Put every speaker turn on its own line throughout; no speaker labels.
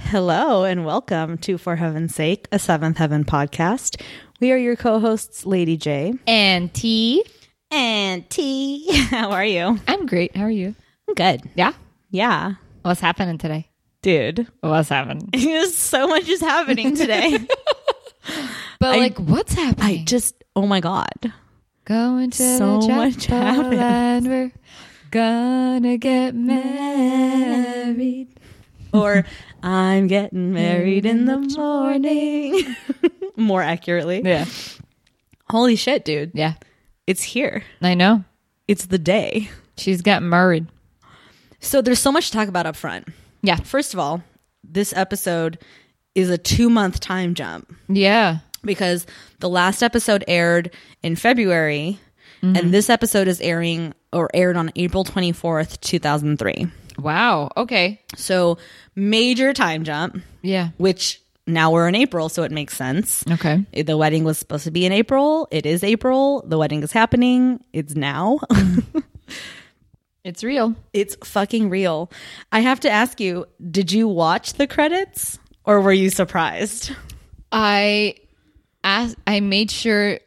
Hello and welcome to For Heaven's Sake, a Seventh Heaven podcast. We are your co hosts, Lady J
And T.
and T. How are you?
I'm great. How are you?
I'm good.
Yeah.
Yeah.
What's happening today?
Dude,
What's happening?
so much is happening today.
But like, what's happening?
I just, oh my God.
going to
so
the
much
chapel
happened.
and we're gonna get married.
Or I'm getting married in the morning. More accurately.
Yeah.
Holy shit, dude.
Yeah.
It's here.
I know.
It's the day.
She's got married.
So there's so much to talk about up front.
Yeah.
First of all, this episode is a two month time jump
Yeah.
because the last episode aired in February and this episode is airing or aired on April 24th, 2003.
Wow. Okay.
So major time jump,
Yeah.
which now we're in April, so it makes sense.
Okay.
The wedding was supposed to be in April. It is April. The wedding is happening. It's now.
It's real.
it's fucking real. I have to ask you, did you watch the credits or were you surprised?
I asked, I made sure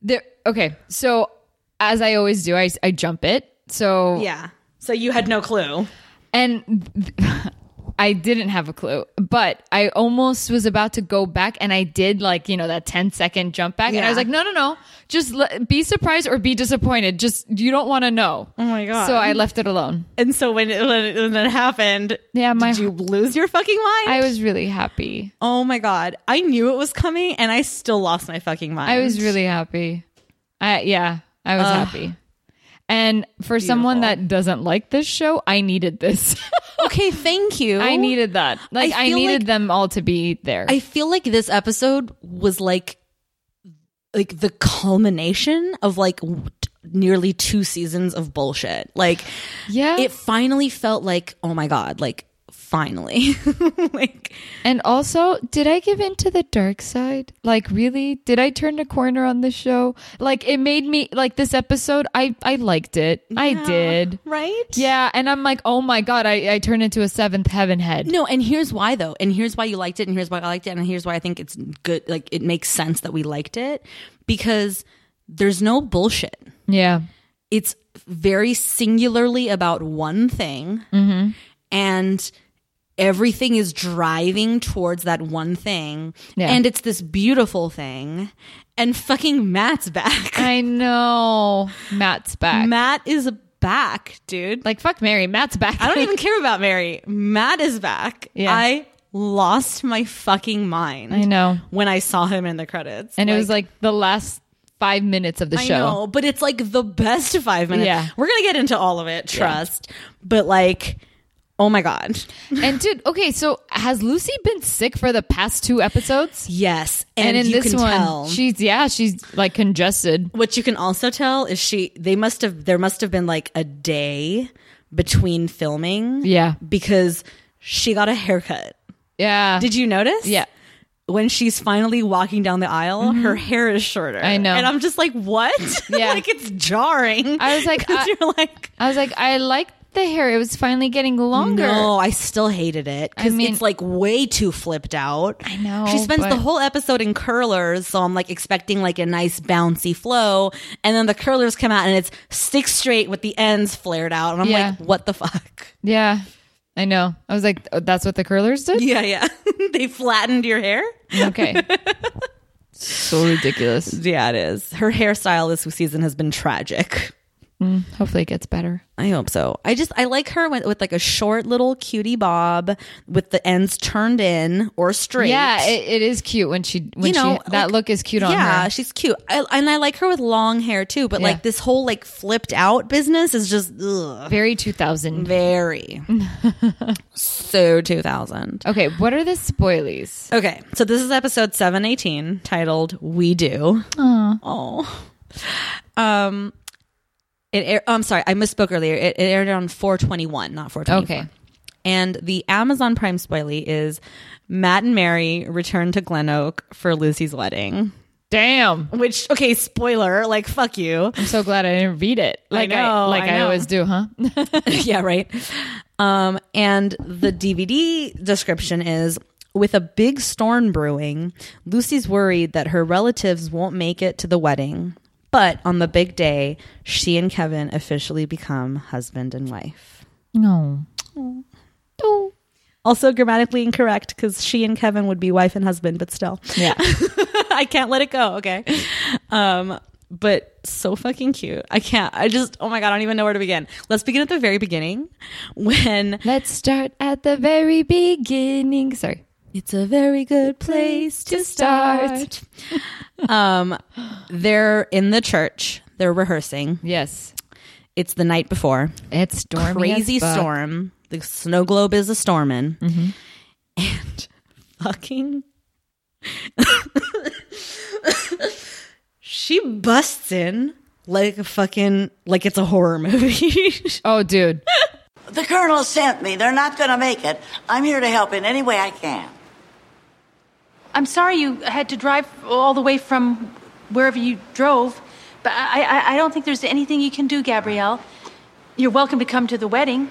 there. Okay. So as I always do, I, I jump it. So
Yeah. So you had no clue.
And th- I didn't have a clue, but I almost was about to go back and I did like, you know, that 10 second jump back. And I was
Yeah.
like, no, no, no. Just le- be surprised or be disappointed. Just, you don't want to know.
Oh my God.
So I left it alone.
And so when it, when it, when it happened,
Yeah, my-
did you lose your fucking mind?
I was really happy.
oh my god, I knew it was coming, and I still lost my fucking mind.
I was really happy. I, yeah, I was happy. And for someone
Beautiful.
that doesn't like this show, I needed this.
okay. Thank you.
I needed that. Like, I,
Oh, feel
needed
like-
them all to be there.
I feel like this episode was like, like the culmination of like w- t- nearly two seasons of bullshit. Like,
yeah.
it finally felt like, oh my god, like finally, like
And also, did I give in to the dark side? Like, really? Did I turn a corner on the show? Like, it made me like this episode. I I liked it. I did.
right?
Yeah, and I'm like, oh my god, I I turned into a seventh heaven head.
No, and here's why though, and here's why you liked it, and here's why I liked it, and here's why I think it's good. Like it makes sense that we liked it because there's no bullshit.
Yeah,
It's very singularly about one thing,
Mm-hmm.
and everything is driving towards that one thing,
Yeah.
and it's this beautiful thing. And fucking Matt's back.
I know. Matt's back.
Matt is back, dude.
like, fuck Mary. Matt's back.
I don't even care about Mary. Matt is back.
Yeah.
I lost my fucking mind.
I know.
When I saw him in the credits.
And it was like the last five minutes of the
I
show.
know, but it's like the best five minutes.
Yeah.
We're going to get into all of it, trust. But like, oh my God.
And dude, okay, so has Lucy been sick for the past two episodes?
Yes.
And,
And,
in
you
this
can
one,
tell.
she's yeah, she's like congested.
what you can also tell is she, they must have, there must have been like a day between filming
Yeah.
because she got a haircut.
Yeah.
Did you notice?
Yeah.
When she's finally walking down the aisle, her hair is shorter.
Mm-hmm. I know.
And I'm just like, what?
Yeah.
like it's jarring.
I was like,
'Cause
I-
you're like,
I was like, I liked the hair. It was finally getting longer.
no, I still hated it because
I mean-
it's like way too flipped out. I
know,
She spends the
but-
whole episode in curlers, so I'm like expecting like a nice bouncy flow, and then the curlers come out and it's six straight with the ends flared out, and I'm
Yeah.
like, what the fuck?
Yeah, I know. I was like, oh, that's what the curlers did.
Yeah, yeah. they flattened your hair.
Okay. so ridiculous.
Yeah, it is. Her hairstyle this season has been tragic.
Hopefully, it gets better.
I hope so. I just I like her with, with like a short little cutie bob with the ends turned in or straight.
Yeah, it, it is cute when she when
You know,
she that
like-
look is cute on
yeah,
her.
she's cute, I, and I like her with long hair too. But
Yeah.
like this whole like flipped out business is just ugh,
Very two thousand.
very so two thousand.
Okay, what are the spoilies?
Okay, so this is episode seven eighteen titled "We Do." Oh, um, it. Air- oh, I'm sorry, I misspoke earlier. It, it aired on four twenty one, not four twenty four.
Okay.
And the Amazon Prime spoilie is Matt and Mary return to Glen Oak for Lucy's wedding.
Damn.
Which okay, spoiler, like fuck you.
I'm so glad I didn't read it. Like I,
know,
like
I
I,
know.
always do, huh?
yeah, right. Um, and the DVD description is with a big storm brewing, Lucy's worried that her relatives won't make it to the wedding. But on the big day, she and Kevin officially become husband and wife.
no. Oh.
Also grammatically incorrect because she and Kevin would be wife and husband, but still.
Yeah.
I can't let it go. Okay. Um, but so fucking cute. I can't. I just, oh my God, I don't even know where to begin. Let's begin at the very beginning when
Let's start at the very beginning. Sorry.
It's a very good place to start. um, they're in the church. They're rehearsing.
Yes.
It's the night before.
It's stormy.
Crazy
as fuck. Mm-hmm.
storm. The snow globe is a stormin'. And fucking. she busts in like a fucking like it's a horror movie.
Oh, dude.
The colonel sent me. They're not going to make it. I'm here to help in any way I can.
I'm sorry you had to drive all the way from wherever you drove, but I, I, I don't think there's anything you can do, Gabrielle. You're welcome to come to the wedding,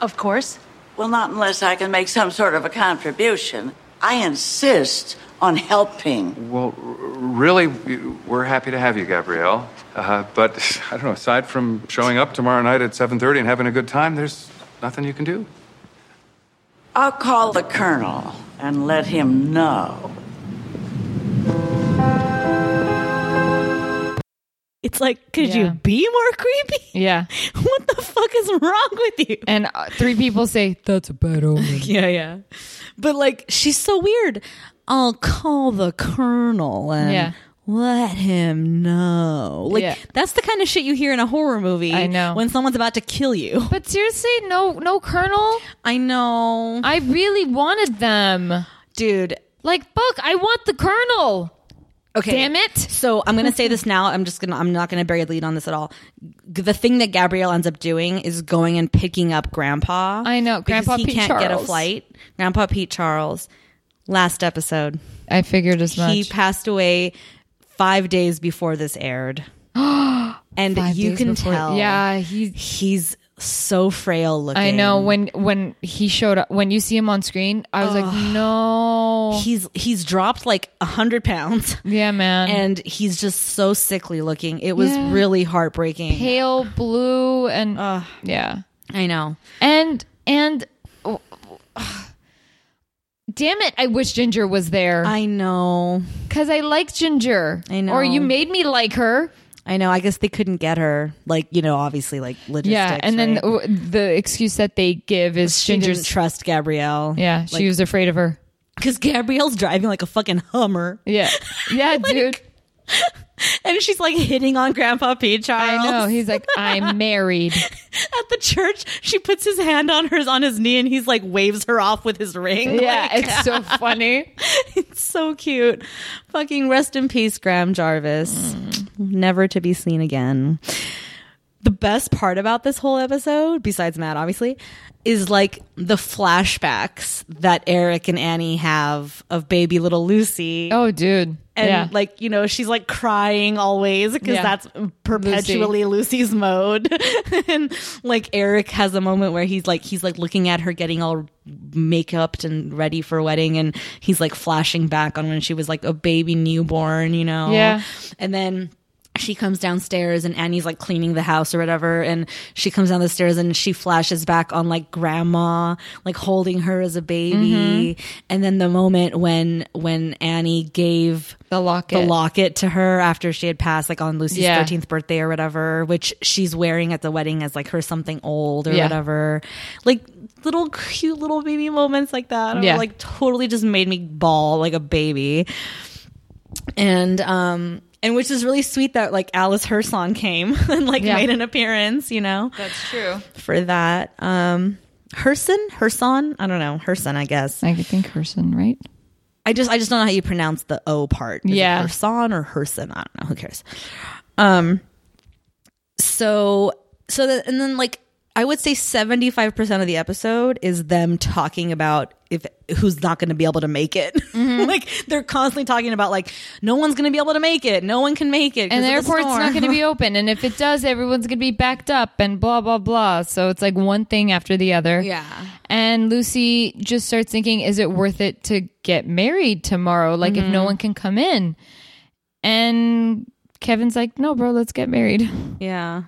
of course.
Well, not unless I can make some sort of a contribution. I insist on helping.
Well, r- really, we- we're happy to have you, Gabrielle. Uh, but I don't know. Aside from showing up tomorrow night at 7:30 and having a good time, there's nothing you can do.
I'll call the colonel and let him know.
it's like, could
Yeah.
you be more creepy?
Yeah.
What the fuck is wrong with you?
And uh, three people say, that's a bad omen.
Yeah, yeah. But like, she's so weird. I'll call the colonel and
Yeah.
let him know. Like,
Yeah.
that's the kind of shit you hear in a horror movie.
I know.
When someone's about to kill you.
But seriously, no, no, Colonel.
I know.
I really wanted them.
Dude.
Like, fuck, I want the Colonel.
Okay.
Damn it.
So I'm gonna say this now. I'm just gonna. I'm not gonna bury lead on this at all. G- The thing that Gabrielle ends up doing is going and picking up Grandpa.
I know,
because
Grandpa
he
Pete
can't get a
Charles.
flight. Grandpa Pete Charles. Last episode.
I figured as
He passed away five days before this aired. and
Five
you
days
can
before-
tell
Yeah, he.
he's so frail looking.
I know when when he showed up when you see him on screen, I was like, no,
He's he's dropped like a hundred pounds
yeah, man,
and he's just so sickly looking. It was
Yeah.
really heartbreaking.
pale blue and yeah,
I know.
and and oh, damn it, I wish Ginger was there
I know.
because I like Ginger.
I know.
or you made me like her.
I know. I guess they couldn't get her. Like, you know, obviously like logistics.
Yeah, and then
right?
w- the excuse that they give is
she didn't
Ginger's.
trust Gabrielle.
yeah, she was afraid of her.
Because Gabrielle's driving like a fucking Hummer.
Yeah, yeah, dude.
And she's like hitting on Grandpa P. Charles.
I know. He's like, I'm married.
at the church she puts his hand on hers on his knee and he's like waves her off with his ring
Yeah,
Like,
it's so funny.
it's so cute fucking rest in peace graham jarvis never to be seen again the best part about this whole episode besides matt obviously is like the flashbacks that eric and annie have of baby little lucy
Oh, dude.
and
yeah.
like you know she's like crying always because
Yeah.
that's perpetually lucy's mode and like eric has a moment where he's like he's like looking at her getting all makeuped and ready for wedding and he's like flashing back on when she was like a baby newborn you know
Yeah.
and then she comes downstairs and Annie's like cleaning the house or whatever. And she comes down the stairs and she flashes back on like grandma, like holding her as a baby. And then the moment when, when Annie gave
the locket.
the locket to her after she had passed like on Lucy's
Yeah.
13th birthday or whatever, which she's wearing at the wedding as like her something old or
Yeah.
whatever. Like little cute little baby moments like that.
Yeah.
Yeah. Like totally just made me bawl like a baby. And um and which is really sweet that like Alice Herson came and like
Yeah.
made an appearance, you know,
That's true.
for that. Um Herson, Herson, I don't know, Herson, I guess.
I think Herson, right?
I just I just don't know how you pronounce the O part. Is
Yeah.
it Herson or Herson? I don't know. Who cares? Um. So so that and then like I would say 75% of the episode is them talking about if who's not going to be able to make it.
Mm-hmm.
like they're constantly talking about like no one's going to be able to make it. No one can make it 'cause
and the
of
airport's
storm.
not going to be open. And if it does, everyone's going to be backed up and blah, blah, blah. So it's like one thing after the other.
Yeah.
And Lucy just starts thinking, is it worth it to get married tomorrow? Like, if
Mm-hmm.
no one can come in. And Kevin's like, no, bro, let's get married.
Yeah.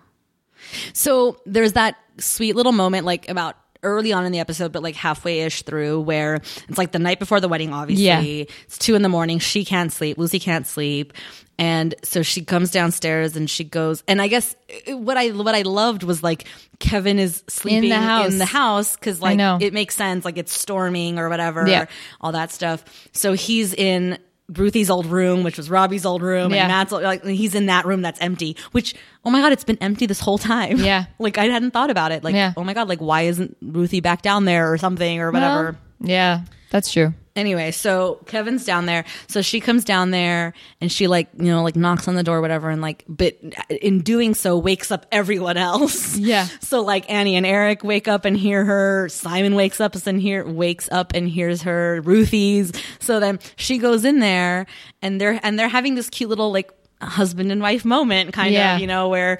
So there's that sweet little moment, like about early on in the episode, but like halfway ish through, where it's like the night before the wedding, obviously.
Yeah.
It's two in the morning. She can't sleep. Lucy can't sleep. And so she comes downstairs and she goes, and I guess uh, what I what I loved was like Kevin is sleeping
house.
in the house because like
know.
it makes sense, like it's storming or whatever,
Yeah.
all that stuff. So he's in Ruthie's old room, which was Robbie's old room,
Yeah.
and Matt's like he's in that room that's empty. Which oh my god, it's been empty this whole time.
Yeah.
like I hadn't thought about it. Like
Yeah.
oh my god, like why isn't Ruthie back down there or something or whatever?
Well, yeah, that's true.
anyway, so Kevin's down there. So she comes down there and she like, you know, like knocks on the door, whatever, and like, but in doing so, wakes up everyone else.
Yeah.
So like Annie and Eric wake up and hear her. Simon wakes up and hear wakes up and hears her. Ruthie's. So then she goes in there and they're and they're having this cute little like husband and wife moment, kind
Yeah.
of, you know, where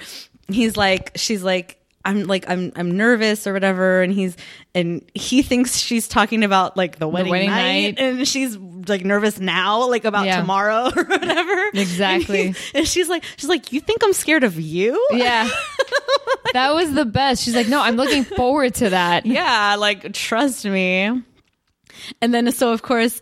he's like, she's like. I'm like I'm I'm nervous or whatever, and he's and he thinks she's talking about like the wedding,
wedding
night,
night.
and she's like nervous now, like about
Yeah.
tomorrow or whatever.
Exactly.
And, he- and she's like, she's like, you think I'm scared of you?
Yeah. that was the best. She's like, no, I'm looking forward to that.
yeah, like trust me. And then so of course,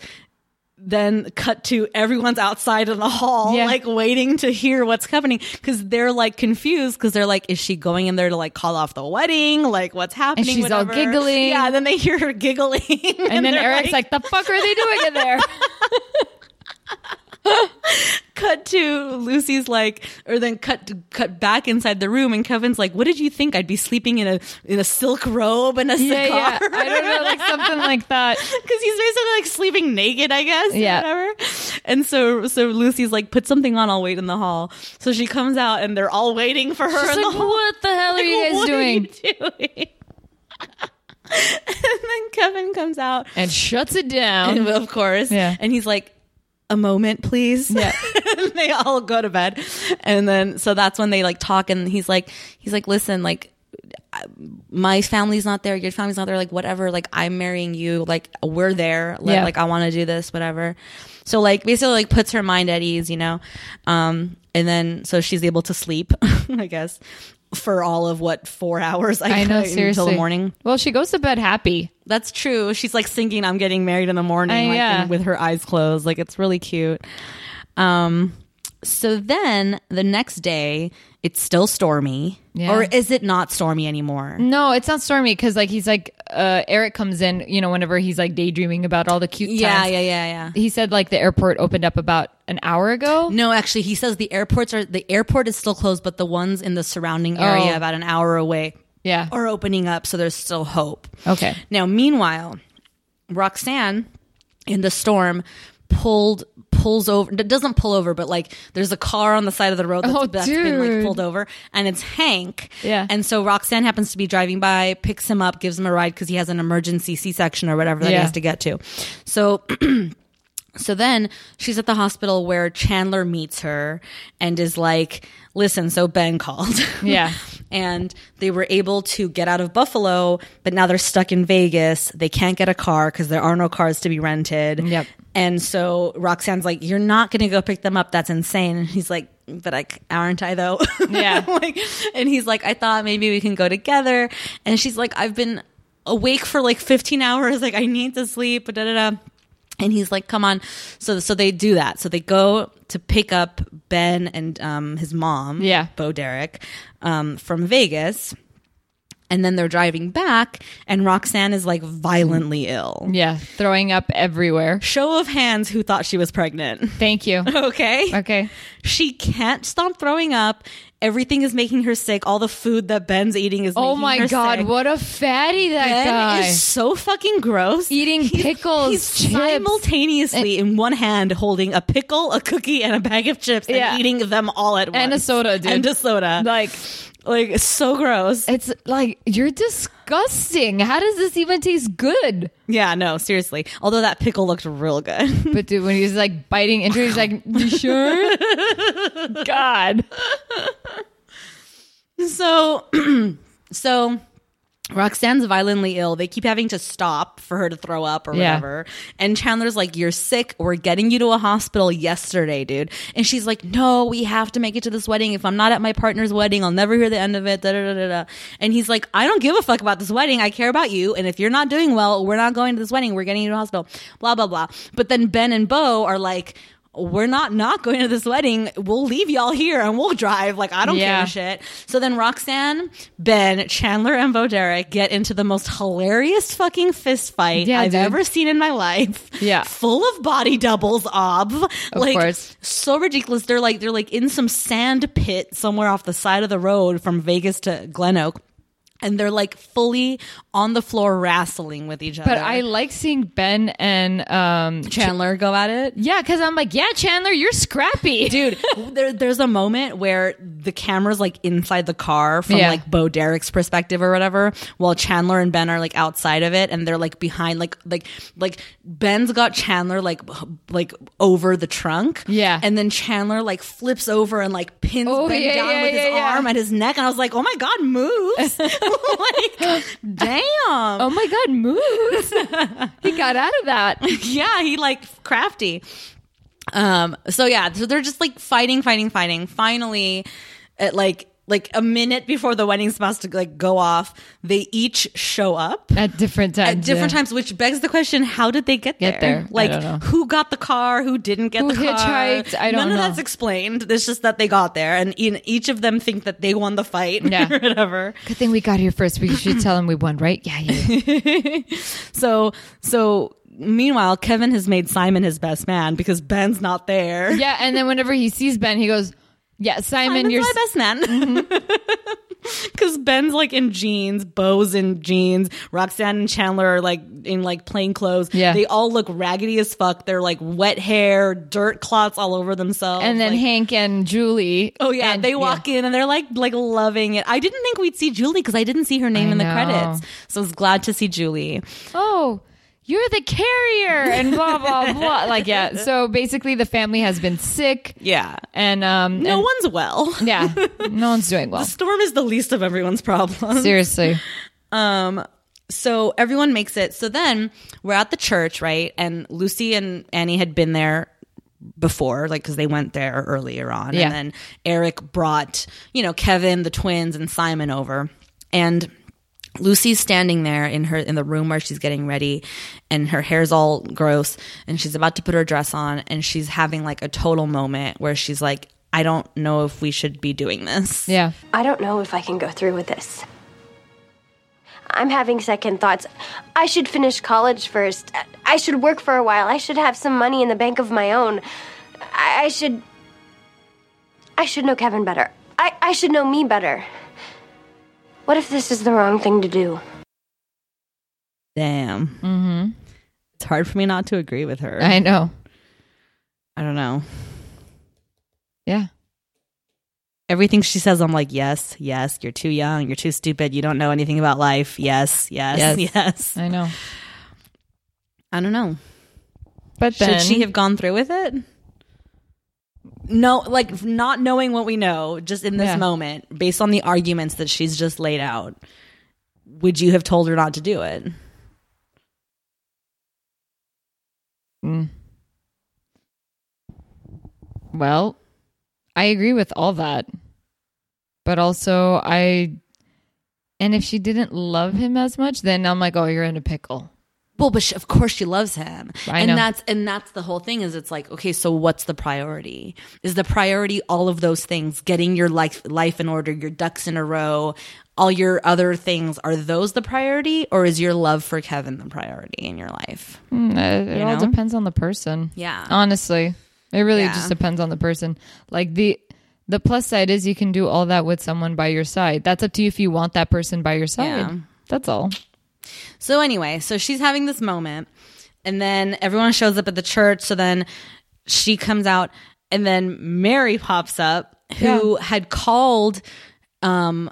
then cut to everyone's outside in the hall,
Yeah.
like waiting to hear what's happening because they're like confused because they're like, is she going in there to like call off the wedding? Like what's happening?
she's all
Whatever.
giggling.
Yeah, then they hear her giggling, and,
And then
they're
Eric's like, the fuck are they doing in there?
cut to Lucy's like, or then cut to, cut back inside the room, and Kevin's like, "What did you think? I'd be sleeping in a in a silk robe and a cigar?"
yeah, yeah. I don't know, like something like that.
because he's basically like sleeping naked, I guess.
Yeah.
Yeah. whatever. And so, so Lucy's like, put something on. I'll wait in the hall. So she comes out, and they're all waiting for her.
She's
in
like,
the hall.
what the hell are you
Like,
guys
what are
doing?
you doing? and then Kevin comes out,
And shuts it down.
and of course,
Yeah.
and he's like. A moment, please.
Yeah.
and they all go to bed, and then so that's when they like talk, and he's like, he's like, listen, like my family's not there, your family's not there, like whatever, like I'm marrying you, like we're there, like,
Yeah.
like I want to do this, whatever. So like basically like puts her mind at ease, you know, um, and then so she's able to sleep, I guess, for all of what four hours I,
I know,
could
seriously.
until the morning.
Well, she goes to bed happy.
That's true. She's like singing "I'm getting married in the morning,"
Uh,
like,
yeah.
and with her eyes closed. Like it's really cute. Um, so then the next day, it's still stormy,
Yeah.
or is it not stormy anymore?
No, it's not stormy because like he's like uh, Eric comes in, you know, whenever he's like daydreaming about all the cute.
Yeah,
times.
yeah, yeah, yeah.
He said like the airport opened up about an hour ago.
No, actually, he says the airports are the airport is still closed, but the ones in the surrounding area,
Oh.
about an hour away,
Yeah.
are opening up, so there's still hope.
Okay.
Now, meanwhile, Roxanne in the storm pulled pulls over d- doesn't pull over but like there's a car on the side of the road that's,
Oh,
that's been like
dude.
pulled over and it's hank
Yeah.
and so roxanne happens to be driving by picks him up gives him a ride because he has an emergency c-section or whatever that
Yeah.
he has to get to so so then she's at the hospital where Chandler meets her and is like, listen, so Ben called.
Yeah.
and they were able to get out of Buffalo, but now they're stuck in Vegas. They can't get a car because there are no cars to be rented.
Yep.
And so Roxanne's like, you're not going to go pick them up. That's insane. And he's like, but I, c- aren't I though?
Yeah.
like, and he's like, I thought maybe we can go together. And she's like, I've been awake for like 15 hours. Like I need to sleep. Da da da. And he's like, come on. So so they do that. So they go to pick up Ben and um, his mom,
Yeah.
Bo Derek, um, from Vegas. And then they're driving back, and Roxanne is like violently ill.
Yeah, throwing up everywhere.
Show of hands who thought she was pregnant.
Thank you.
Okay.
Okay.
She can't stop throwing up. Everything is making her sick. All the food that Ben's eating is
Oh
making
my
her
god,
sick.
what a fatty that
Ben
guy.
is so fucking gross.
Eating pickles,
He's
chips.
simultaneously in one hand holding a pickle, a cookie, and a bag of chips, and
Yeah.
eating them all at once,
And a soda, dude.
and a soda.
like
Like it's so gross.
It's like you're disgusting. How does this even taste good?
Yeah, no, seriously. Although that pickle looked real good.
But dude, when he was like biting into it, he's like, "You sure?" God.
so so Roxanne's violently ill. They keep having to stop for her to throw up or
Yeah.
whatever. And Chandler's like, You're sick. We're getting you to a hospital yesterday, dude. And she's like, No, we have to make it to this wedding. If I'm not at my partner's wedding, I'll never hear the end of it. Da, da, da, da, da. And he's like, I don't give a fuck about this wedding. I care about you. And if you're not doing well, we're not going to this wedding. We're getting you to a hospital. Blah, blah, blah. But then Ben and Bo are like, we're not not going to this wedding. We'll leave y'all here and we'll drive. Like I don't
Yeah.
give a shit shit. So then Roxanne, Ben, Chandler, and Bo Derek get into the most hilarious fucking fist fight
Yeah,
I've
dude.
ever seen in my life.
Yeah.
Full of body doubles, ob. like
course.
so ridiculous. They're like they're like in some sand pit somewhere off the side of the road from Vegas to Glen Oak. And they're like fully on the floor wrestling with each other.
But I like seeing Ben and um
Chandler go at it.
yeah, because I'm like, yeah, Chandler, you're scrappy, dude.
there, there's a moment where the camera's like inside the car from
Yeah.
like Bo Derek's perspective or whatever, while Chandler and Ben are like outside of it and they're like behind like like like Ben's got Chandler like h- like over the trunk,
Yeah.
and then Chandler like flips over and like pins
Oh,
Ben
yeah,
down
yeah,
with his
yeah, yeah.
arm at his neck, and I was like, oh my god, moves, like damn,
Oh my God, moves. he got out of that.
yeah, he like crafty. Um, so yeah, so they're just like fighting, fighting, fighting. Finally, at like like a minute before the wedding's supposed to like go off, they each show up.
At different times.
At different
yeah.
times, which begs the question: How did they get,
Get there. I
Like,
don't know.
who got the car? Who didn't get
Who
the car?
hitchhiked? I don't
None of
know.
that's explained. It's just that they got there, and in, each of them think that they won the fight,
Yeah.
or whatever.
Good thing we got here first. We should tell him we won, right? Yeah, yeah. yeah.
So, so meanwhile, Kevin has made Simon his best man because Ben's not there.
Yeah, and then whenever he sees Ben, he goes, "Yeah, Simon,
Simon's
you're."
my best man.
Mm-hmm.
Because Ben's like in jeans, Bo's in jeans, Roxanne and Chandler are like in like plain clothes.
Yeah.
They all look raggedy as fuck. They're like wet hair, dirt clots all over themselves.
and then
like,
Hank and Julie.
Oh yeah,
and-
they walk in and they're like like loving it. I didn't think we'd see Julie because I didn't see her name
I
in the
know.
credits, so I was glad to see Julie.
Oh, you're the carrier, and blah blah blah. Like yeah. So basically, the family has been sick.
Yeah,
And um,
no
and-
one's well.
Yeah, no one's doing well.
Storm is the least of everyone's problems.
Seriously.
Um, so everyone makes it. So then we're at the church, right? And Lucy and Annie had been there before, like, because they went there earlier on.
Yeah.
And then Eric brought, you know, Kevin, the twins, and Simon over. And Lucy's standing there in her in the room where she's getting ready and her hair's all gross and she's about to put her dress on and she's having like a total moment where she's like I don't know if we should be doing this.
Yeah.
I don't know if I can go through with this. I'm having second thoughts. I should finish college first. I should work for a while. I should have some money in the bank of my own. I, I should. I should know Kevin better. I, I should know me better. What if this is the wrong thing to do?
Damn. Mhm. It's hard for me not to agree with her.
Mm-hmm. I know.
I don't know.
Yeah.
Everything she says, I'm like, yes, yes, you're too young, you're too stupid, you don't know anything about life. Yes, yes, yes.
Yes. I know.
I don't know.
But then
Should she have gone through with it? No, like not knowing what we know, just in this
Yeah.
moment, based on the arguments that she's just laid out, would you have told her not to do it?
Well, I agree with all that. But also, I. And if she didn't love him as much, then I'm like, oh, you're in a pickle.
Well, but she, of course she loves him,
I
and
know.
that's and that's the whole thing. Is it's like okay, so what's the priority? Is the priority all of those things? Getting your life life in order, your ducks in a row, all your other things are those the priority, or is your love for Kevin the priority in your life?
Mm, It, it all
know?
depends on the person.
Yeah.
Honestly, it really
Yeah.
just depends on the person. Like the. The plus side is you can do all that with someone by your side. That's up to you if you want that person by your side.
Yeah.
That's all.
So anyway, so she's having this moment, and then everyone shows up at the church. So then she comes out, and then Mary pops up, who had called um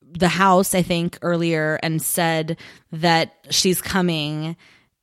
the house, I think, earlier and said that she's coming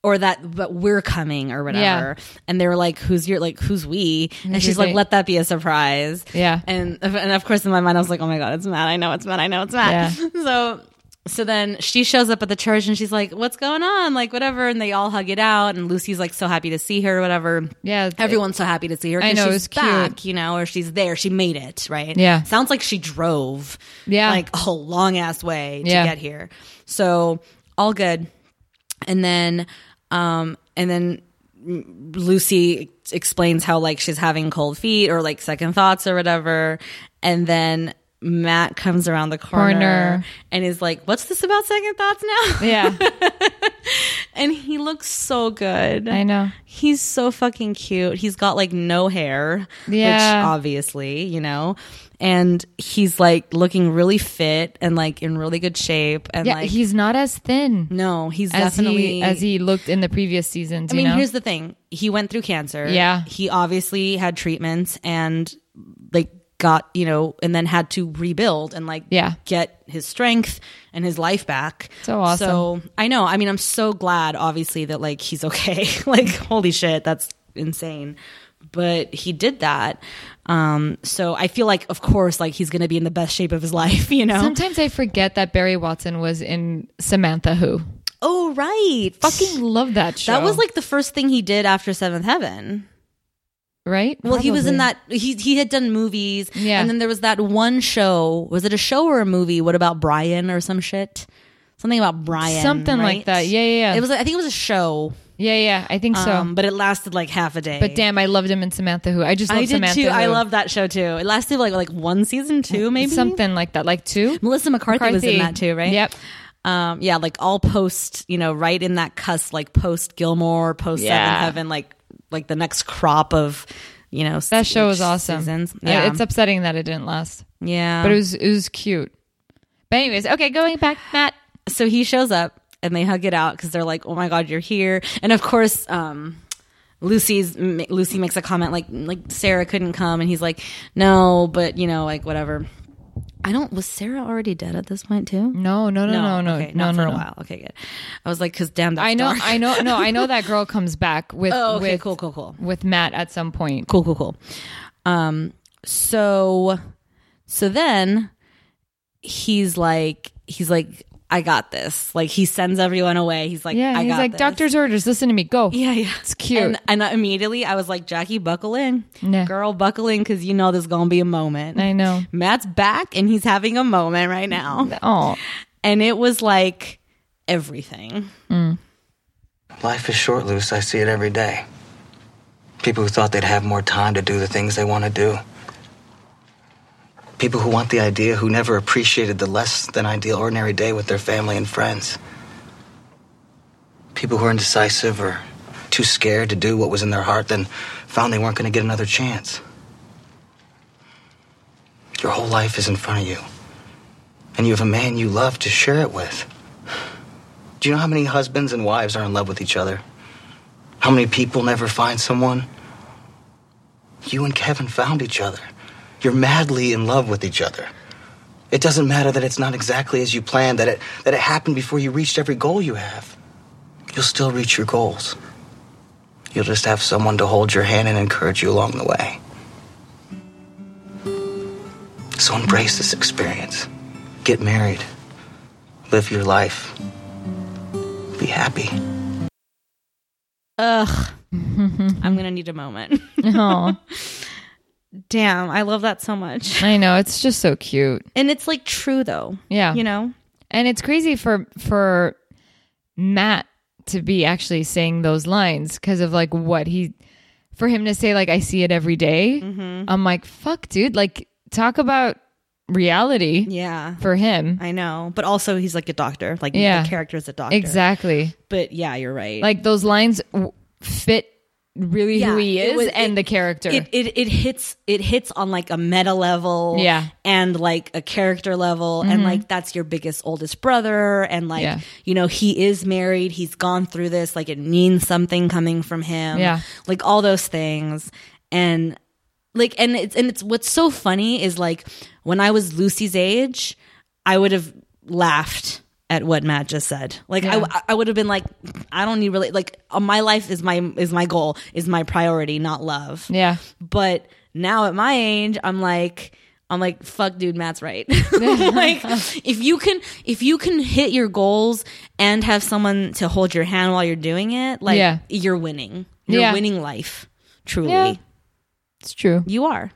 or that but we're coming or whatever. And they were like, Who's your like who's we? And she's like,
like-
Let that be a surprise.
Yeah.
And and of course in my mind I was like, Oh my god, it's Matt, I know it's Matt, I know it's Matt. So so then she shows up at the church and she's like, What's going on? Like whatever and they all hug it out and Lucy's like so happy to see her or whatever.
Yeah.
Everyone's so happy to see her.
I
'cause
know, it
she's
was cute.
back, you know, or she's there. She made it, right?
Yeah.
Sounds like she drove,
Yeah.
like a long ass way to
Yeah.
get here. So all good. And then, um, and then Lucy explains how like she's having cold feet or like second thoughts or whatever. And then Matt comes around the corner,
Corner.
and is like, "What's this about second thoughts now?"
Yeah.
and he looks so good.
I know.
He's so fucking cute. He's got like no hair,
Yeah.
which obviously, you know. And he's like looking really fit and like in really good shape. And
Yeah.
like,
he's not as thin
no, he's
as
definitely
he as he looked in the previous seasons.
I mean,
you know?
here's the thing: he went through cancer.
Yeah.
he obviously had treatments and like got you know, and then had to rebuild and like
Yeah.
get his strength and his life back.
So awesome.
So I know. I mean, I'm so glad, obviously, that like he's okay. like, holy shit, that's insane. But he did that. Um, so I feel like, of course, like he's going to be in the best shape of his life, you know?
Sometimes I forget that Barry Watson was in Samantha Who.
oh, right.
Fucking love that show.
That was like the first thing he did after Seventh Heaven.
right.
Well, he was in
Probably.
that. He he had done movies,
Yeah.
And then there was that one show. Was it a show or a movie? What about Brian or some shit? Something about Brian,
Something like
right?
that. Yeah, yeah, yeah.
It was. I think it was a show,
Yeah, yeah. I think so.
um, but it lasted like half a day.
but damn, I loved him in Samantha Who. I just love
I did
Samantha
too. I
Who.
loved that show too. It lasted like like one season, two maybe
something like that. Like two.
Melissa McCarthy, was in
McCarthy.
that too, right?
Yep.
Um, yeah, like all post, you know, right in that cuss, like post Gilmore, post
Yeah.
Seventh Heaven, like like the next crop of, you know,
That show was awesome.
Seasons.
I-
Yeah, Um,
It's upsetting that it didn't last,
yeah.
but it was it was cute. But anyways, okay, going back, Matt.
so he shows up and they hug it out because they're like, "Oh my god, you're here!" And of course, um, Lucy's m- Lucy makes a comment like, "Like Sarah couldn't come," and he's like, "No, but you know, like whatever." I don't. Was Sarah already dead at this point too?
No, no, no, no, no,
okay,
no,
not
no,
for
no.
a while. Okay, good. I was like, "Cause damn, that's
I know,
dark.
I know, no, I know that girl comes back with
Oh, okay,
with
cool, cool, cool.
with Matt at some point.
cool, cool, cool. Um, so, so then he's like, he's like, I got this. Like he sends everyone away. He's like,
Yeah,
I
he's
got
like,
this.
doctor's orders. Listen to me, go.
Yeah, yeah.
It's cute.
And, and I- immediately I was like, Jackie, buckle in.
Yeah.
Girl, buckle in because you know there's going to be a moment.
I know.
Matt's back and he's having a moment right now.
Oh,
And it was like everything.
Life is short, Luce. I see it every day. People who thought they'd have more time to do the things they want to do. People who want the idea who never appreciated the less than ideal ordinary day with their family and friends. People who are indecisive or too scared to do what was in their heart, then found they weren't going to get another chance. Your whole life is in front of you, and you have a man you love to share it with. Do you know how many husbands and wives are in love with each other? How many people never find someone? You and Kevin found each other. You're madly in love with each other. It doesn't matter that it's not exactly as you planned, that it, that it happened before you reached every goal you have. You'll still reach your goals. You'll just have someone to hold your hand and encourage you along the way. So embrace this experience. Get married. Live your life be happy.
Ugh. I'm going to need a moment.
oh,
Damn, I love that so much.
I know. It's just so cute.
And it's like true though.
Yeah.
You know?
And it's crazy for for Matt to be actually saying those lines because of like what he for him to say like I see it every day,"
Mm-hmm.
I'm like, fuck, dude. Like talk about reality
Yeah.
for him.
I know. But also he's like a doctor. Like
Yeah.
the character is a doctor.
Exactly.
But yeah, you're right.
Like those lines w- fit really who
Yeah,
he
it
is
was-
and
it-
the character.
It, it it hits it hits on like a meta level,
Yeah. Mm-hmm.
and like a character level, and like that's your biggest oldest brother, and like
Yeah.
you know he is married, he's gone through this, like it means something coming from him,
Yeah.
like all those things, and like and it's and it's what's so funny is like when I was Lucy's age. I would have laughed at what Matt just said. Like I, I would have been like, I don't need really like uh, my life is my is my goal is my priority, not love.
Yeah.
But now at my age, I'm like, I'm like, fuck, dude, Matt's right. like, if you can, if you can hit your goals and have someone to hold your hand while you're doing it, like,
Yeah.
you're winning. You're
Yeah.
winning life. Truly,
Yeah. It's true.
you are.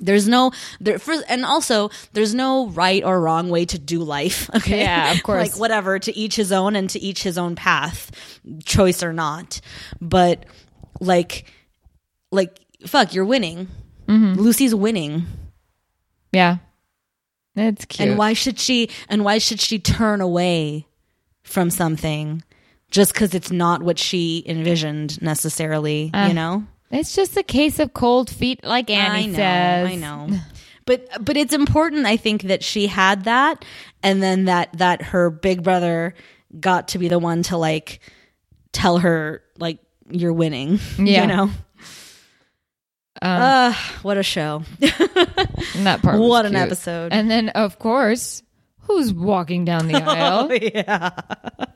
There's no there for, and also there's no right or wrong way to do life. Okay,
Yeah, of course.
like whatever to each his own and to each his own path, choice or not. But like, like fuck, you're winning.
Mm-hmm.
Lucy's winning,
Yeah. That's cute.
and why should she? And why should she turn away from something just because it's not what she envisioned necessarily?
Ah.
you know,
It's just a case of cold feet, like Annie
I know,
says.
I know. But but it's important I think that she had that and then that that her big brother got to be the one to like tell her like you're winning.
Yeah. Um,
You know. Ugh, what a show.
And that part. was
What an
cute.
episode.
And then, of course, who's walking down the
Oh,
aisle?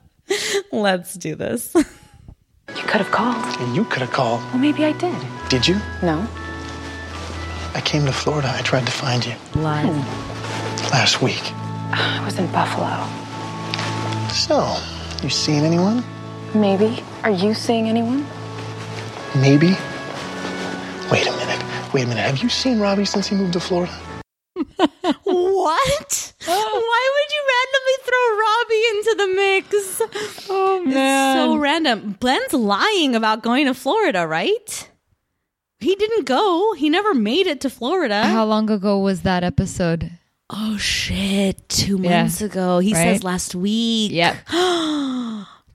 Let's do this.
You could have called.
And you could have called.
Well, maybe I did.
Did you?
No.
I came to Florida. I tried to find you
Live.
last week.
I was in Buffalo.
So, you seen anyone?
Maybe. Are you seeing anyone?
Maybe. Wait a minute. Wait a minute. Have you seen Robbie since he moved to Florida?
What? Why would you randomly throw Robbie into the mix?
oh, man.
So random. Ben's lying about going to Florida, right? He didn't go. He never made it to Florida.
How long ago was that episode?
Oh shit! Two
Yeah.
months ago, he
Right?
says last week.
Yep.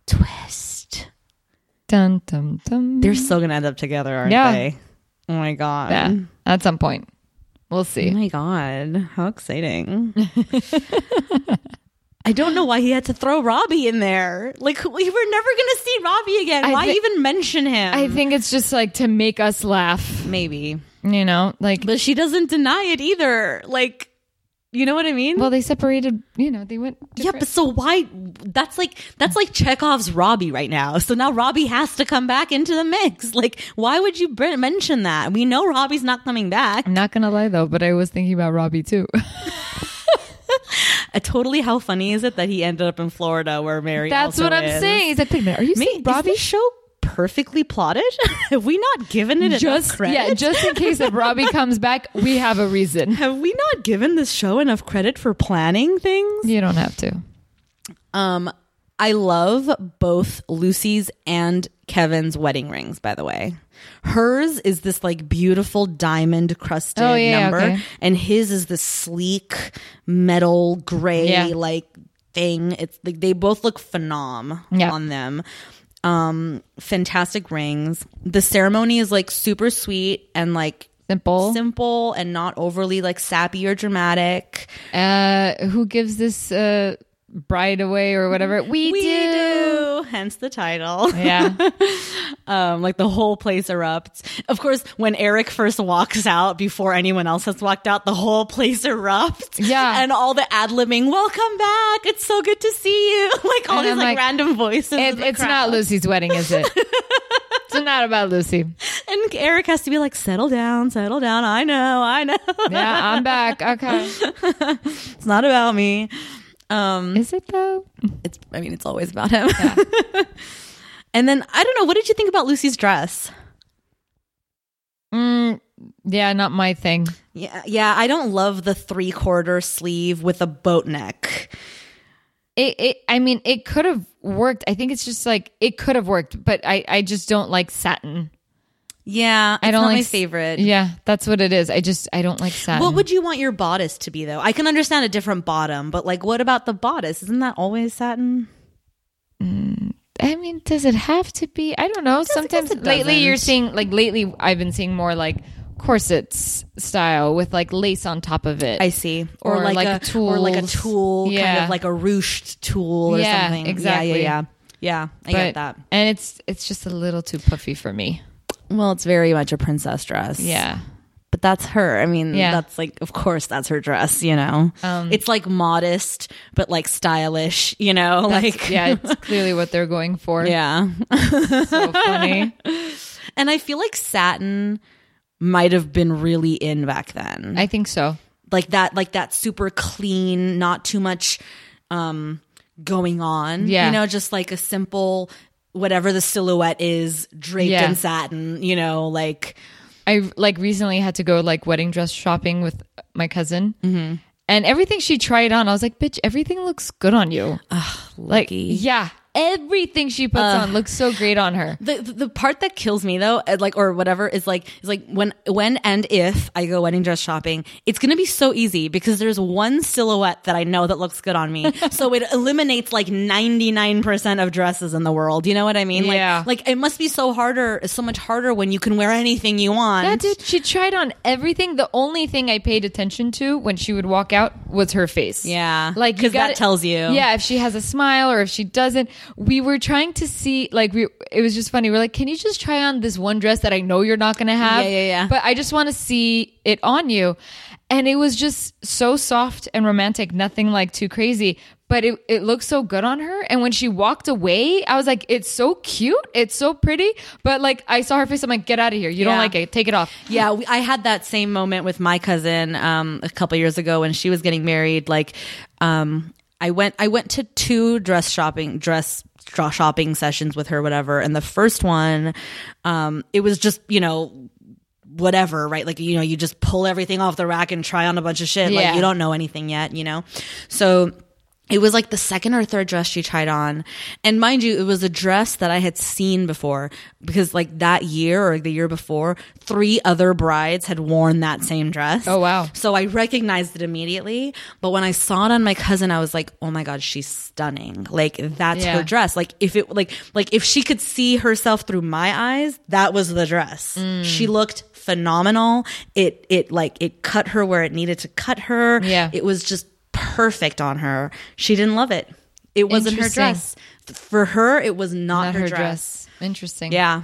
Twist.
dun, dun, dun.
They're still gonna end up together, aren't
Yeah.
they? Oh my god.
Yeah. At some point. We'll
Oh
see.
my god! How exciting! I don't know why he had to throw Robbie in there. Like we were never gonna see Robbie again.
I
why
thi-
even mention him?
I think it's just like to make us laugh,
maybe,
you know? Like,
but she doesn't deny it either. Like, you know what I mean?
well, they separated, you know, they went.
Yeah, but so why? That's like that's like Chekhov's Robbie right now. So now Robbie has to come back into the mix. Like, why would you br- mention that? We know Robbie's not coming back.
I'm not going to lie, though, but I was thinking about Robbie, too.
Uh, totally, how funny is it that he ended up in Florida where Mary?
That's
also
what I'm
is?
saying. He's like, wait a minute, are you
Me,
seeing Robbie?
is this show perfectly plotted? Have we not given it enough
just
credit?
yeah, just in case if Robbie comes back, we have a reason.
Have we not given this show enough credit for planning things?
You don't have to.
Um, I love both Lucy's and Kevin's wedding rings, by the way. Hers is this like beautiful diamond crusted
Oh, yeah,
number,
okay.
and his is this sleek metal gray
Yeah.
like thing. It's like they both look phenom
Yeah.
on them. Um, fantastic rings. The ceremony is like super sweet and like
Simple.
simple and not overly like sappy or dramatic.
uh, who gives this uh, bride away or whatever? We,
We
do.
do, hence the title.
Yeah,
um, like the whole place erupts. Of course, when Eric first walks out before anyone else has walked out, the whole place erupts.
Yeah.
and all the ad libbing, "Welcome back! It's so good to see you!" Like all
And
these
I'm
like,
like,
random voices. in
it,
the
it's not
crowd.
Lucy's wedding, is it? it's not about Lucy.
And Eric has to be like, "Settle down, settle down. I know, I know.
Yeah, I'm back. Okay,
Mm-hmm. it's not about me."
is it though?
It's. I mean, it's always about him. and then I don't know. What did you think about Lucy's dress?
Yeah, not my thing.
Yeah, yeah. I don't love the three quarter sleeve with a boat neck.
It, it, I mean, it could have worked. I think it's just like it could have worked, but I, I just don't like satin.
Yeah,
I don't
not
like
my
s-
favorite.
Yeah, that's what it is. I just I don't like satin.
What would you want your bodice to be though? I can understand a different bottom, but like what about the bodice? Isn't that always satin?
I mean, does it have to be? I don't know. Sometimes
it
lately you're
doesn't.
seeing like lately I've been seeing more like corsets style with like lace on top of it.
I see. Or,
Or
like,
like
a
tools.
or like a tool, kind
Yeah.
of like a ruched tool or
Yeah,
something.
exactly.
Yeah, yeah, yeah. Yeah, I get
But-
that.
And it's it's just a little too puffy for me.
Well, it's very much a princess dress.
Yeah.
But that that's her. I mean,
Yeah.
that's like, of course, that's her dress. You know, it's like modest but like stylish. You know, like
yeah, it's clearly what they're going for.
yeah.
So funny.
And I feel like satin might have been really in back then.
I think so.
like that like that super clean not too much um going on
Yeah.
you know just like a simple whatever the silhouette is draped
Yeah.
in satin you know like
I like recently had to go like wedding dress shopping with my cousin,
Mm-hmm.
and everything she tried on, I was like, "Bitch, everything looks good on you." like, yeah, everything she puts on looks so great on her.
the the part that kills me though uh, like or whatever is like is like when when and if I go wedding dress shopping it's going to be so easy because there's one silhouette that I know that looks good on me so it eliminates like 99% of dresses in the world you know what I mean
Yeah.
like like it must be so harder so much harder when you can wear anything you want
Yeah, dude, she tried on everything. The only thing I paid attention to when she would walk out was her face.
Yeah.
like you
'Cause that
gotta-
tells you.
Yeah, if she has a smile or if she doesn't. We were trying to see, like, we. It was just funny. We're like, can you just try on this one dress that I know you're not gonna have?
Yeah, yeah, yeah.
But I just want to see it on you, and it was just so soft and romantic. Nothing like too crazy. But it, it looked so good on her. And when she walked away, I was like, it's so cute. It's so pretty. But like, I saw her face. I'm like, get out of here. You don't
Yeah.
like it. Take it off.
Yeah, we, I had that same moment with my cousin um, a couple years ago when she was getting married. Like, um, I went, I went to two dress shopping, dress dra- shopping sessions with her, whatever. And the first one, um, it was just you know whatever, right? Like you know, you just pull everything off the rack and try on a bunch of shit.
Yeah.
Like you don't know anything yet, you know. So. It was like the second or third dress she tried on. And mind you, it was a dress that I had seen before because like that year or the year before, three other brides had worn that same dress.
Oh, wow.
So I recognized it immediately, but when I saw it on my cousin, I was like, "Oh my god, she's stunning. Like that's
Yeah.
her dress. Like if it like like if she could see herself through my eyes, that was the dress.
Mm.
She looked phenomenal. It it like it cut her where it needed to cut her.
Yeah.
It was just perfect on her. She didn't love it. It wasn't her
Interesting.
dress. For her, it was not,
Not
her, dress.
Interesting.
Yeah.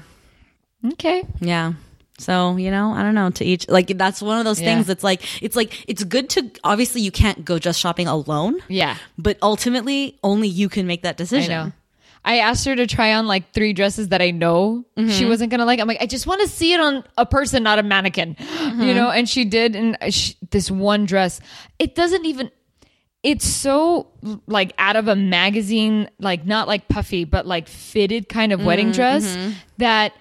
Okay.
Yeah. So, you know, I don't know, to each like that's one of those
Yeah.
things that's like it's like it's good to obviously you can't go dress shopping alone.
Yeah.
But ultimately only you can make that
I
decision.
know. I asked her to try on like three dresses that I know she
Mm-hmm.
wasn't gonna like. I'm like, I just want to see it on a person, not a mannequin,
Mm-hmm.
you know. And she did, and she, this one dress, it doesn't even. It's so like out of a magazine, like not like puffy, but like fitted kind of
Mm-hmm,
wedding dress that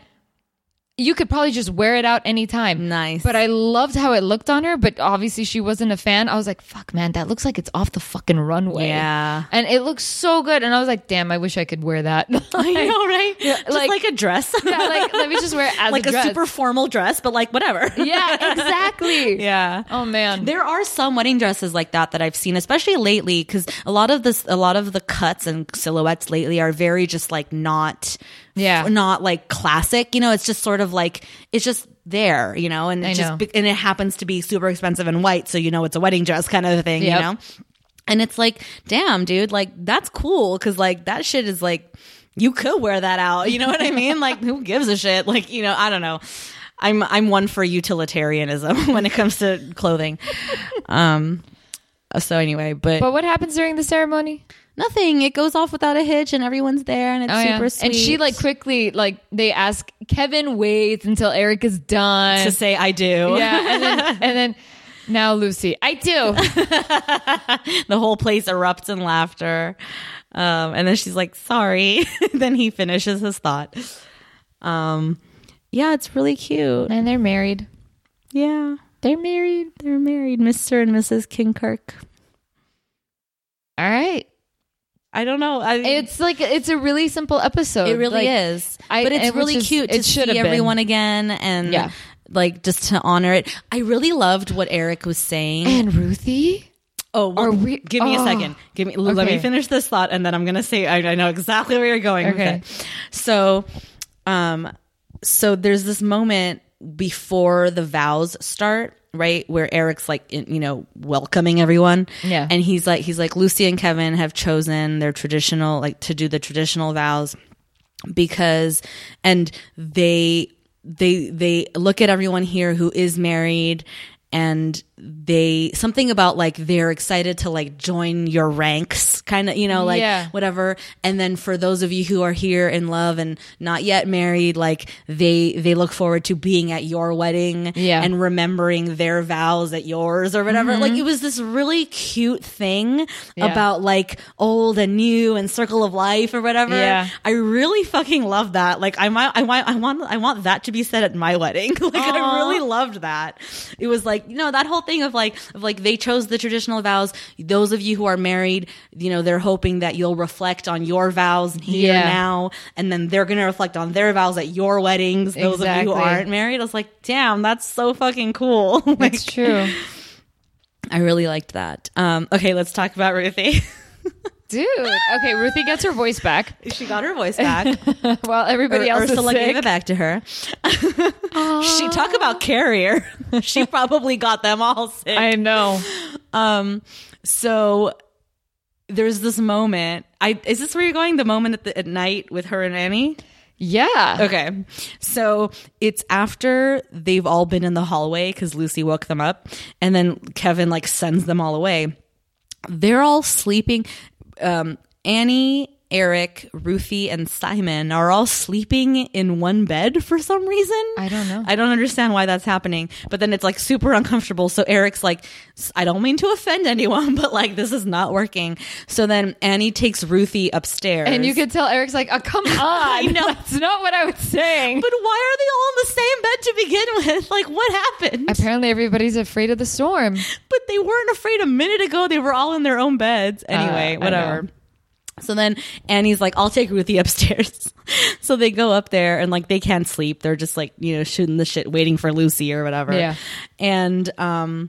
you could probably just wear it out anytime.
Nice.
But I loved how it looked on her, but obviously she wasn't a fan. I was like, fuck, man, that looks like it's off the fucking runway.
Yeah.
And it looks so good. And I was like, damn, I wish I could wear that.
I know, right? Just
like-
like, a dress.
yeah, like, let me just wear it as
like
a,
a,
dress.
super formal dress, but like whatever.
yeah, exactly.
Yeah.
Oh, man.
Um, There are some wedding dresses like that that I've seen, especially lately, because a lot of this, a lot of the cuts and silhouettes lately are very just like not,
Yeah.
not like classic. You know, it's just sort of like it's just there, you know, and
I
it
know.
just be- and it happens to be super expensive and white, so you know it's a wedding dress kind of thing,
Yep.
you know. And it's like, damn, dude, like that's cool because like that shit is like you could wear that out. You know what I mean? like who gives a shit? Like you know, I don't know. I'm I'm one for utilitarianism when it comes to clothing. Um. So anyway, but,
But what happens during the ceremony?
nothing. It goes off without a hitch, and everyone's there, and it's
Oh,
super
yeah.
sweet.
And she like quickly like they ask Kevin wait until Eric is done.
to say, "I do."
yeah, and then, and then now Lucy, I do.
the whole place erupts in laughter. Um, and then she's like, sorry. then he finishes his thought. Um, yeah, it's really cute.
and they're married.
Yeah,
They're married.
they're married, Mr. and Mrs. Kinkirk.
All right.
I don't know. I,
It's like it's a really simple episode.
it really
Like,
is.
I-
but
and
it's
which
really
is-
cute to
it should
see
have been.
everyone again and
Yeah.
like just to honor it. I really loved what Eric was saying.
And Ruthie?
Oh,
Are
well,
we-
give me
oh.
a second. Give me. Let
Okay.
me finish this thought, and then I'm gonna say I, I know exactly where you're going. with
Okay.
it. So, um, so there's this moment before the vows start, right, where Eric's like, in, you know, welcoming everyone.
Yeah.
And he's like, he's like, Lucy and Kevin have chosen their traditional, like, to do the traditional vows because, and they they they look at everyone here who is married and they something about like they're excited to like join your ranks kind of you know like
Yeah.
whatever and then for those of you who are here in love and not yet married like they they look forward to being at your wedding
Yeah. Mm-hmm.
and remembering their vows at yours or whatever like it was this really cute thing
Yeah.
about like old and new and circle of life or whatever
Yeah.
I really fucking love that. Like I might, I want, I want, I want that to be said at my wedding. Like I really loved that. It was like you know that whole thing of like of like they chose the traditional vows. Those of you who are married, you know, they're hoping that you'll reflect on your vows here
Yeah.
now, and then they're gonna reflect on their vows at your weddings. Those of you
Exactly.
who aren't married, I was like, damn, that's so fucking cool. like
It's true.
I really liked that. Um, okay, let's talk about Ruthie.
Dude. Okay, Ruthie gets her voice back
she got her voice back.
while everybody else
Ursula
is sick.
gave it back to her. she talk about carrier. she probably got them all sick.
I know.
so there's this moment. I is this where you're going? The moment at, the, at night with her and Annie.
Yeah.
Okay, so it's after they've all been in the hallway because Lucy woke them up, and then Kevin like sends them all away. They're all sleeping. Um, Annie. Eric, Ruthie, and Simon are all sleeping in one bed for some reason.
I don't know.
I don't understand why that's happening. But then it's like super uncomfortable. So Eric's like, "S- I don't mean to offend anyone, but like this is not working. So then Annie takes Ruthie upstairs.
And you could tell Eric's like, oh, come on. I
know.
That's not what I was saying.
But why are they all in the same bed to begin with? Like, what happened?
Apparently, everybody's afraid of the storm.
but they weren't afraid a minute ago. They were all in their own beds. Anyway,
Uh, I
whatever.
know.
So then Annie's like, I'll take Ruthie upstairs. so they go up there and like they can't sleep. They're just like, you know, shooting the shit, waiting for Lucy or whatever.
Yeah.
And, um,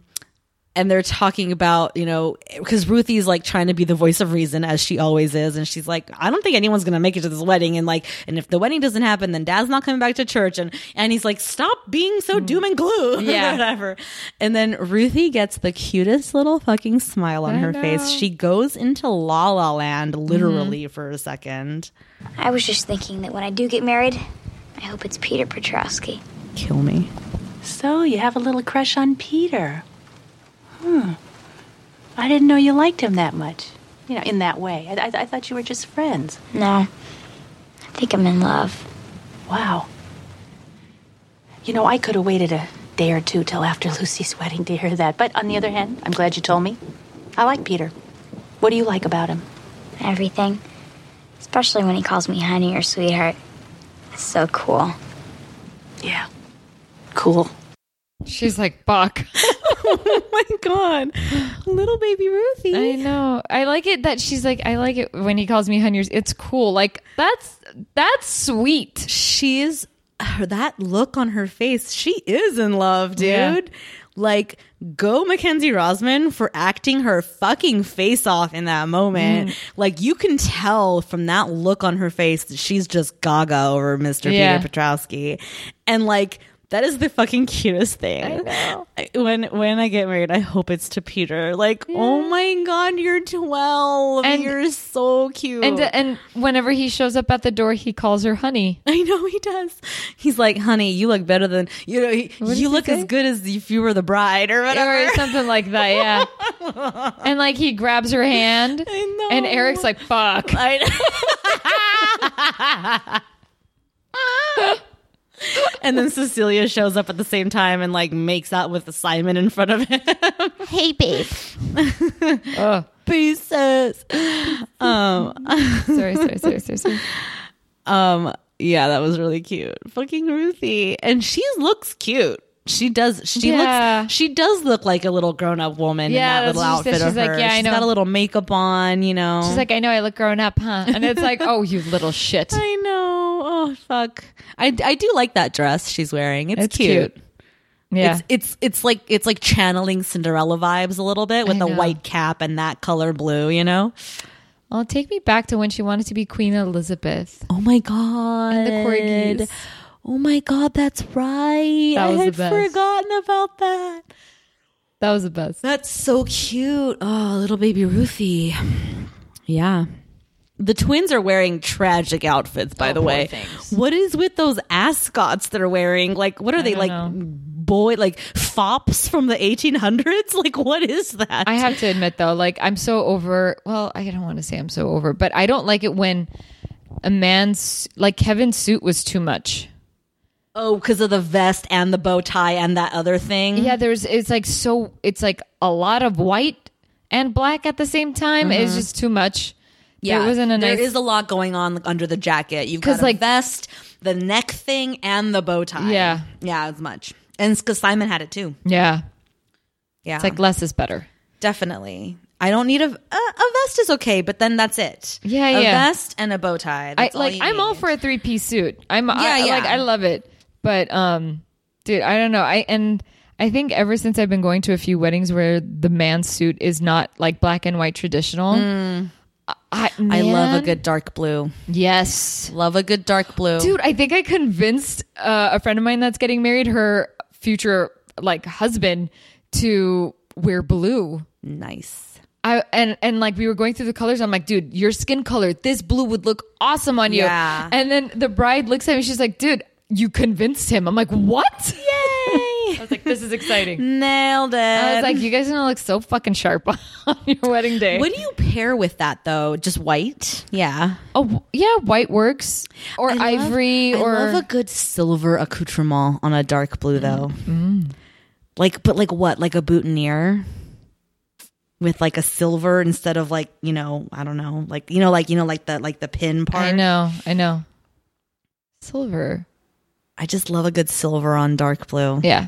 and they're talking about, you know, because Ruthie's like trying to be the voice of reason as she always is. And she's like, I don't think anyone's going to make it to this wedding. And like, and if the wedding doesn't happen, then dad's not coming back to church. And, and he's like, stop being so doom and gloom.
Yeah.
whatever. And then Ruthie gets the cutest little fucking smile on her face. She goes into La La Land literally for a second.
I was just thinking that when I do get married, I hope it's Peter Petrowski.
Kill me.
So you have a little crush on Peter. Hmm. I didn't know you liked him that much. You know, in that way. I, I, I thought you were just friends.
No, I think I'm in love.
Wow. You know, I could have waited a day or two till after Lucy's wedding to hear that. But on the other hand, I'm glad you told me. I like Peter. What do you like about him?
Everything. Especially when he calls me honey or sweetheart. That's so cool.
Yeah. Cool.
She's like, Buck.
oh my God. Little baby Ruthie.
I know. I like it that she's like, I like it when he calls me honey. It's cool. Like, that's that's sweet.
she's her, that look on her face. She is in love, dude.
Yeah.
Like, go Mackenzie Rosman for acting her fucking face off in that moment.
Mm.
Like, you can tell from that look on her face that she's just gaga over Mr.
Yeah.
Peter Petrowski. And, like, that is the fucking cutest thing. I- When when I get married, I hope it's to Peter. Like, oh my god, you're twelve.
And-
you're so cute.
And uh, and whenever he shows up at the door, he calls her honey.
I know he does. He's like, honey, you look better than you know. He,
does
you
he
look as
say?
good as if you were the bride or whatever.
Or something like that, yeah. and like he grabs her hand.
I
And
know.
Eric's like, fuck.
I- and then Cecilia shows up at the same time and like makes out with Simon in front of him.
Hey, babe.
Pieces.
sorry, sorry, sorry, sorry, sorry.
Um, yeah, that was really cute. Fucking Ruthie, and she looks cute. She does. She
Yeah.
looks. She does look like a little grown-up woman
Yeah,
in that
that's
little
what she
outfit
said.
of
She's like,
hers.
yeah, I
She's
know.
got a little makeup on. You know,
She's like, I know I look grown up, huh? And it's like, oh, you little shit.
I know. Oh fuck. I, I do like that dress she's wearing. It's, cute.
Yeah.
It's it's it's like it's like channeling Cinderella vibes a little bit with
I
the
know.
white cap and that color blue, you know?
Well, take me back to when she wanted to be Queen Elizabeth.
Oh my god.
the corgis.
Oh my god, that's right. I
That was the
had
best.
forgotten about that.
That was the best.
That's so cute. Oh, little baby Ruthie. Yeah. The twins are wearing tragic outfits, by the
poor
way.
things.
What is with those ascots they're wearing? Like, what are they
don't
like?
know.
Boy, like fops from the 1800s? Like, what is that?
I have to admit though, like I'm so over. Well, I don't want to say I'm so over, but I don't like it when a man's like Kevin's suit was too much.
Oh, because of the vest and the bow tie and that other thing.
Yeah, there's it's like so it's like a lot of white and black at the same time. It's just too much. Yeah, it wasn't a nice.
Mm-hmm. There is a lot going on under the jacket. You've got
'Cause,
a
like-
vest, the neck thing, and the bow tie.
Yeah.
yeah, as much. And because Simon had it too.
yeah,
Yeah,
it's like less is better.
definitely. I don't need a a, a vest is okay, but then that's it.
Yeah,
a
yeah.
vest and a bow tie.
I
That's all
like.
you
I'm all
need.
for a three piece suit. I'm. I,
Yeah, yeah.
Like I love it, but um, dude, I don't know. I and I think ever since I've been going to a few weddings where the man's suit is not like black and white traditional. I,
Mm. I love
man,
a good dark blue.
yes,
Love a good dark blue.
dude. I think I convinced uh, a friend of mine that's getting married, her future like husband, to wear blue.
nice.
I and and like we were going through the colors. I'm like, dude, your skin color, this blue would look awesome on you.
Yeah.
And then the bride looks at me. She's like, dude, you convinced him. I'm like, what? Yay! I was like, this is exciting.
Nailed it.
I was like, you guys are gonna look so fucking sharp on your wedding day.
what do you pair with that though? Just white? Yeah.
oh, yeah, white works or
I love-
ivory or
I love a good silver accoutrement on a dark blue though.
Mm.
Mm. Like, but like what? Like a boutonniere with like a silver instead of like you know I don't know like you know like you know like the like the pin part.
I know, I know. Silver.
I just love a good silver on dark blue.
Yeah,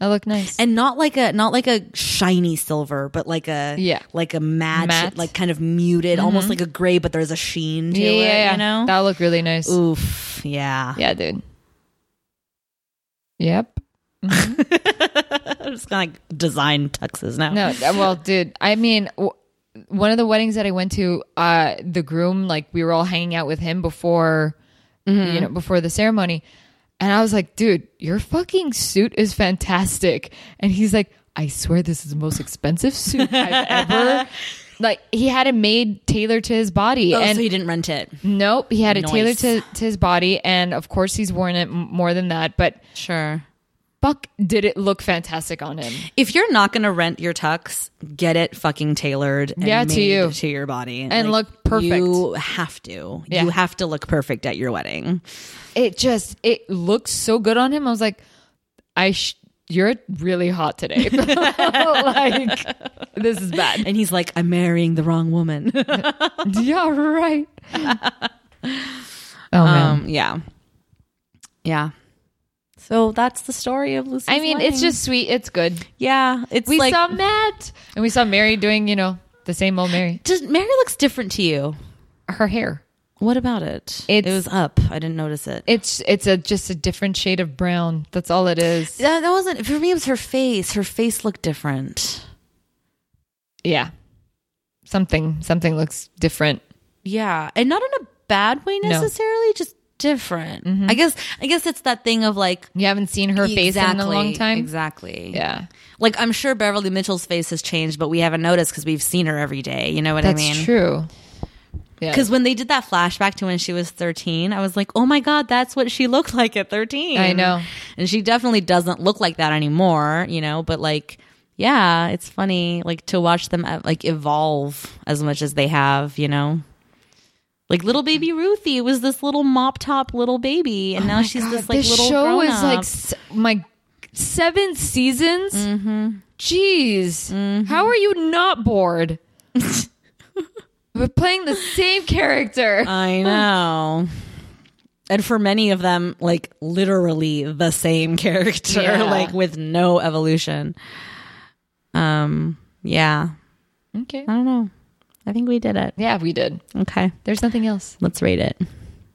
that look nice.
And not like a not like a shiny silver, but like a
Yeah.
like a matte,
Matte. Mm-hmm.
like kind of muted, almost like a gray, but there's a sheen to
yeah,
it.
yeah,
You know,
that look really nice.
oof, yeah.
Yeah, dude. Yep.
I'm just gonna like design tuxes now.
No, uh, well, dude, I mean, w- one of the weddings that I went to, uh, the groom, like we were all hanging out with him before,
Mm-hmm.
you know, before the ceremony, and I was like, dude, your fucking suit is fantastic, and he's like, I swear this is the most expensive suit I've ever. Like he had it made tailored to his body,
Oh,
and
so he didn't rent it.
nope, he had it tailored
Nice.
to, to his body, and of course he's worn it m- more than that. But
Sure.
fuck, did it look fantastic on him?
If you're not going to rent your tux, get it fucking tailored. And
Yeah, to
made
you.
to your body,
And look perfect.
You have to.
Yeah.
You have to look perfect at your wedding.
it just it looked so good on him. I was like, I sh- you're really hot today. like this is bad.
And he's like, "I'm marrying the wrong woman."
yeah, right. oh man.
um, yeah, yeah. So that's the story of Lucy.
I mean, it's just sweet. It's good.
yeah. It's
We
like
saw Matt and we saw Mary doing, you know, the same old Mary.
does Mary looks different to you?
Her hair.
What about it? it
It's-
was up. I didn't notice it.
It's it's a just a different shade of brown. That's all it is.
that, that wasn't for me. It was her face. Her face looked different.
Yeah. Something something looks different.
Yeah, and not in a bad way
No.
necessarily, just different. I guess I guess it's that thing of like
You haven't seen her face in a long
Exactly,
time.
Exactly.
Yeah.
Like I'm sure Beverly Mitchell's face has changed, but we haven't noticed because we've seen her every day. You know what
That's
I mean?
true. Yeah.
Because when they did that flashback to when she was 13, I was like, oh my God, that's what she looked like at 13.
I know.
And she definitely doesn't look like that anymore, you know, but like, yeah, it's funny, like, to watch them uh, like evolve as much as they have, you know? Like little baby Ruthie was this little mop top little baby, and now she's this like
Oh this
little
show
grown
is like
up.
s- my seven seasons.
Mm-hmm.
Jeez, how are you not bored? We're playing the same character.
I know. And for many of them, like literally the same character,
Yeah.
like with no evolution. Um, yeah.
okay,
I don't know. I think we did it.
yeah, we did.
Okay.
There's nothing else.
Let's rate it.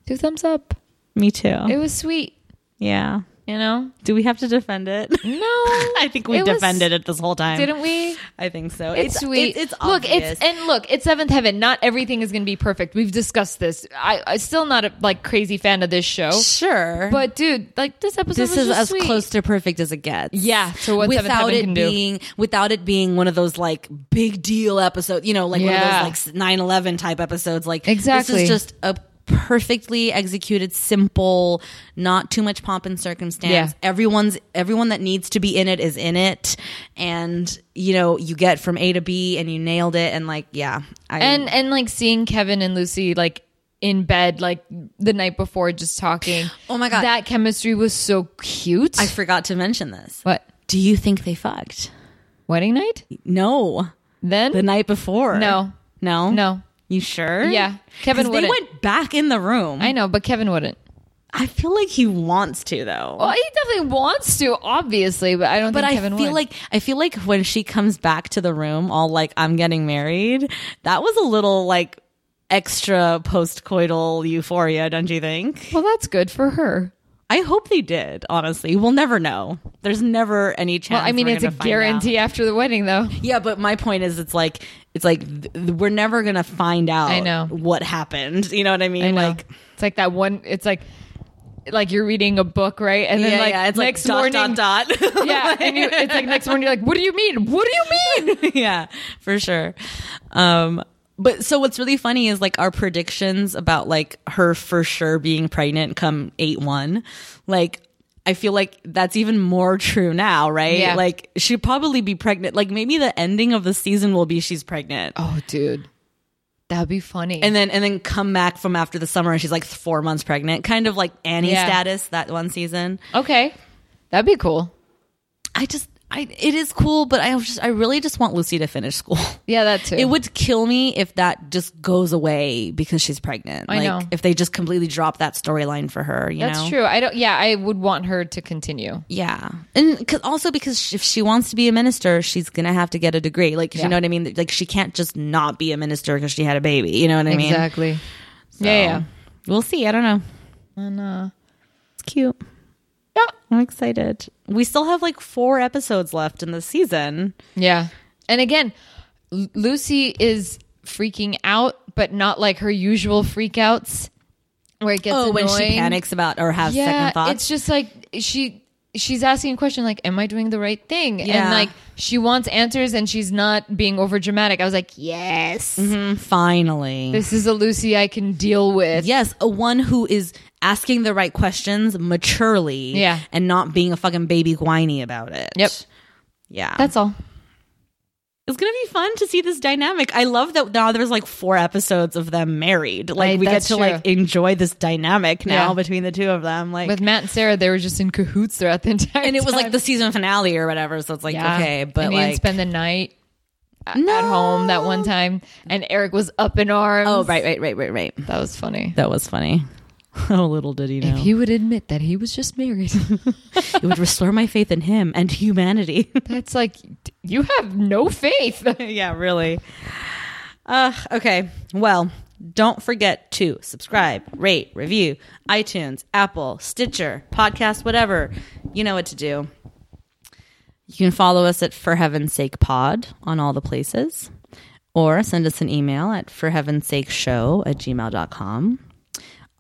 Two thumbs up.
Me too.
It was sweet.
yeah.
You know?
Do we have to defend it?
No.
I think we
It was-
defended it this whole time.
Didn't we?
I think so.
It's, sweet.
It's, it's
look.
obvious.
It's and look. It's seventh heaven. Not everything is going to be perfect. We've discussed this. I, I'm still not a like crazy fan of this show,
sure,
but dude, like this episode.
this
was
is
just
as
sweet.
close to perfect as it gets.
Yeah, to what Seventh
without
Heaven
it
can do.
being without it being one of those like big deal episodes, you know, like
Yeah.
one of those like 9/11 type episodes. Like this
Exactly.
is just a perfectly executed, simple, not too much pomp and circumstance.
Yeah.
Everyone's everyone that needs to be in it is in it, and you know you get from A to B, and you nailed it. And like, yeah, I,
and and like seeing Kevin and Lucy like in bed like the night before just talking.
Oh my God.
that chemistry was so cute.
I forgot to mention this.
what
Do you think they fucked?
wedding night?
No,
Then
the night before.
No.
no,
no,
You sure?
Yeah. Kevin
'Cause they
wouldn't.
went back in the room.
I
I,
know, but Kevin wouldn't.
feel like he wants to though.
Well, he definitely wants to, obviously, but I don't
but
think
I
Oh, Kevin
feel
would.
like I feel like when she comes back to the room, all like I'm getting married. That was a little like extra post-coital euphoria, don't you think?
well, that's good for her.
I hope they did. Honestly, we'll never know. There's never any chance.
Well, I mean,
we're
it's a
gonna find out.
guarantee after the wedding, though.
Yeah, but my point is, it's like it's like th- th- we're never gonna find out.
I know.
what happened. You know what I mean?
I know.
Like
it's like that one. It's like like you're reading a book, right? And then
yeah,
like
yeah, it's
next
like
morning,
dot, dot dot.
yeah, and you, it's like next morning you're like, what do you mean? What do you mean?
yeah, for sure. Um, but so what's really funny is like our predictions about like her for sure being pregnant come eight one, like. I feel like that's even more true now, right?
Yeah.
Like she'd probably be pregnant. Like maybe the ending of the season will be she's pregnant.
Oh, dude, that'd be funny.
And then and then come back from after the summer and she's like 4 months pregnant, kind of like Annie
Yeah.
status that one season.
okay, that'd be cool.
I just I it is cool, but I just I really just want Lucy to finish school.
Yeah, that too.
It would kill me if that just goes away because she's pregnant.
I
like
know.
if they just completely drop that storyline for her, you
That's
know.
true. I don't. Yeah, I would want her to continue.
Yeah. And cause also because sh- if she wants to be a minister, she's going to have to get a degree. Like,
Yeah.
you know what I mean? Like she can't just not be a minister cuz she had a baby, you know what I mean?
exactly. Yeah, yeah.
We'll see. I don't know.
And uh,
It's cute. Yeah, I'm excited. We still have like 4 episodes left in the season.
Yeah. And again, L- Lucy is freaking out, but not like her usual freakouts where it gets
oh, when she
annoying.
panics about or has
Yeah,
second thoughts.
it's just like she she's asking a question like, "Am I doing the right thing?"
Yeah.
And like she wants answers, and she's not being over dramatic. I was like, "Yes,
Mm-hmm. Mm, finally.
this is a Lucy I can deal with."
Yes, a one who is asking the right questions maturely
Yeah.
and not being a fucking baby whiny about it.
Yep.
Yeah.
That's all.
it's going to be fun to see this dynamic. I love that now there's like four episodes of them married. Like
Right,
we get
that's
to like
true.
enjoy this dynamic now
Yeah.
between the two of them. Like
With Matt and Sarah, they were just in cahoots throughout the entire.
and it was like
time.
the season finale or whatever, so it's like
Yeah.
okay, but
and he
like
didn't spend the night a- at home that one time, and Eric was up in arms.
Oh, right, right, right, right, right.
That was funny.
That was funny. Oh, little did he know.
If he would admit that he was just married,
it would restore my faith in him and humanity.
that's like you have no faith.
yeah, really. Uh, okay. Well, don't forget to subscribe, rate, review, iTunes, Apple, Stitcher, podcast, whatever. You know what to do. You can follow us at For Heaven's Sake Pod on all the places, or send us an email at For Heaven's Sake Show at gmail.com.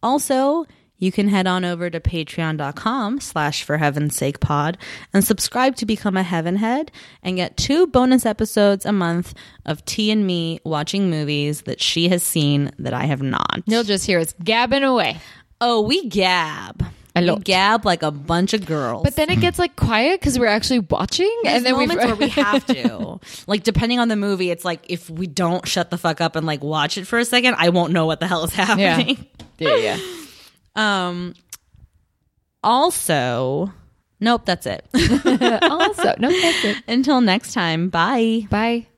Also, you can head on over to patreon.com slash for heaven's sake pod and subscribe to become a heaven head and get two bonus episodes a month of T and me watching movies that she has seen that I have not.
You'll just hear us gabbing away.
Oh, we gab.
A lot.
We gab like a bunch of girls.
But then it gets like quiet because we're actually watching, and then
There's
we
moments where we have to. Like depending on the movie, it's like if we don't shut the fuck up and like watch it for a second, I won't know what the hell is happening.
yeah, yeah.
Um also Nope, that's it.
Also, no, that's it.
Until next time, bye.
Bye.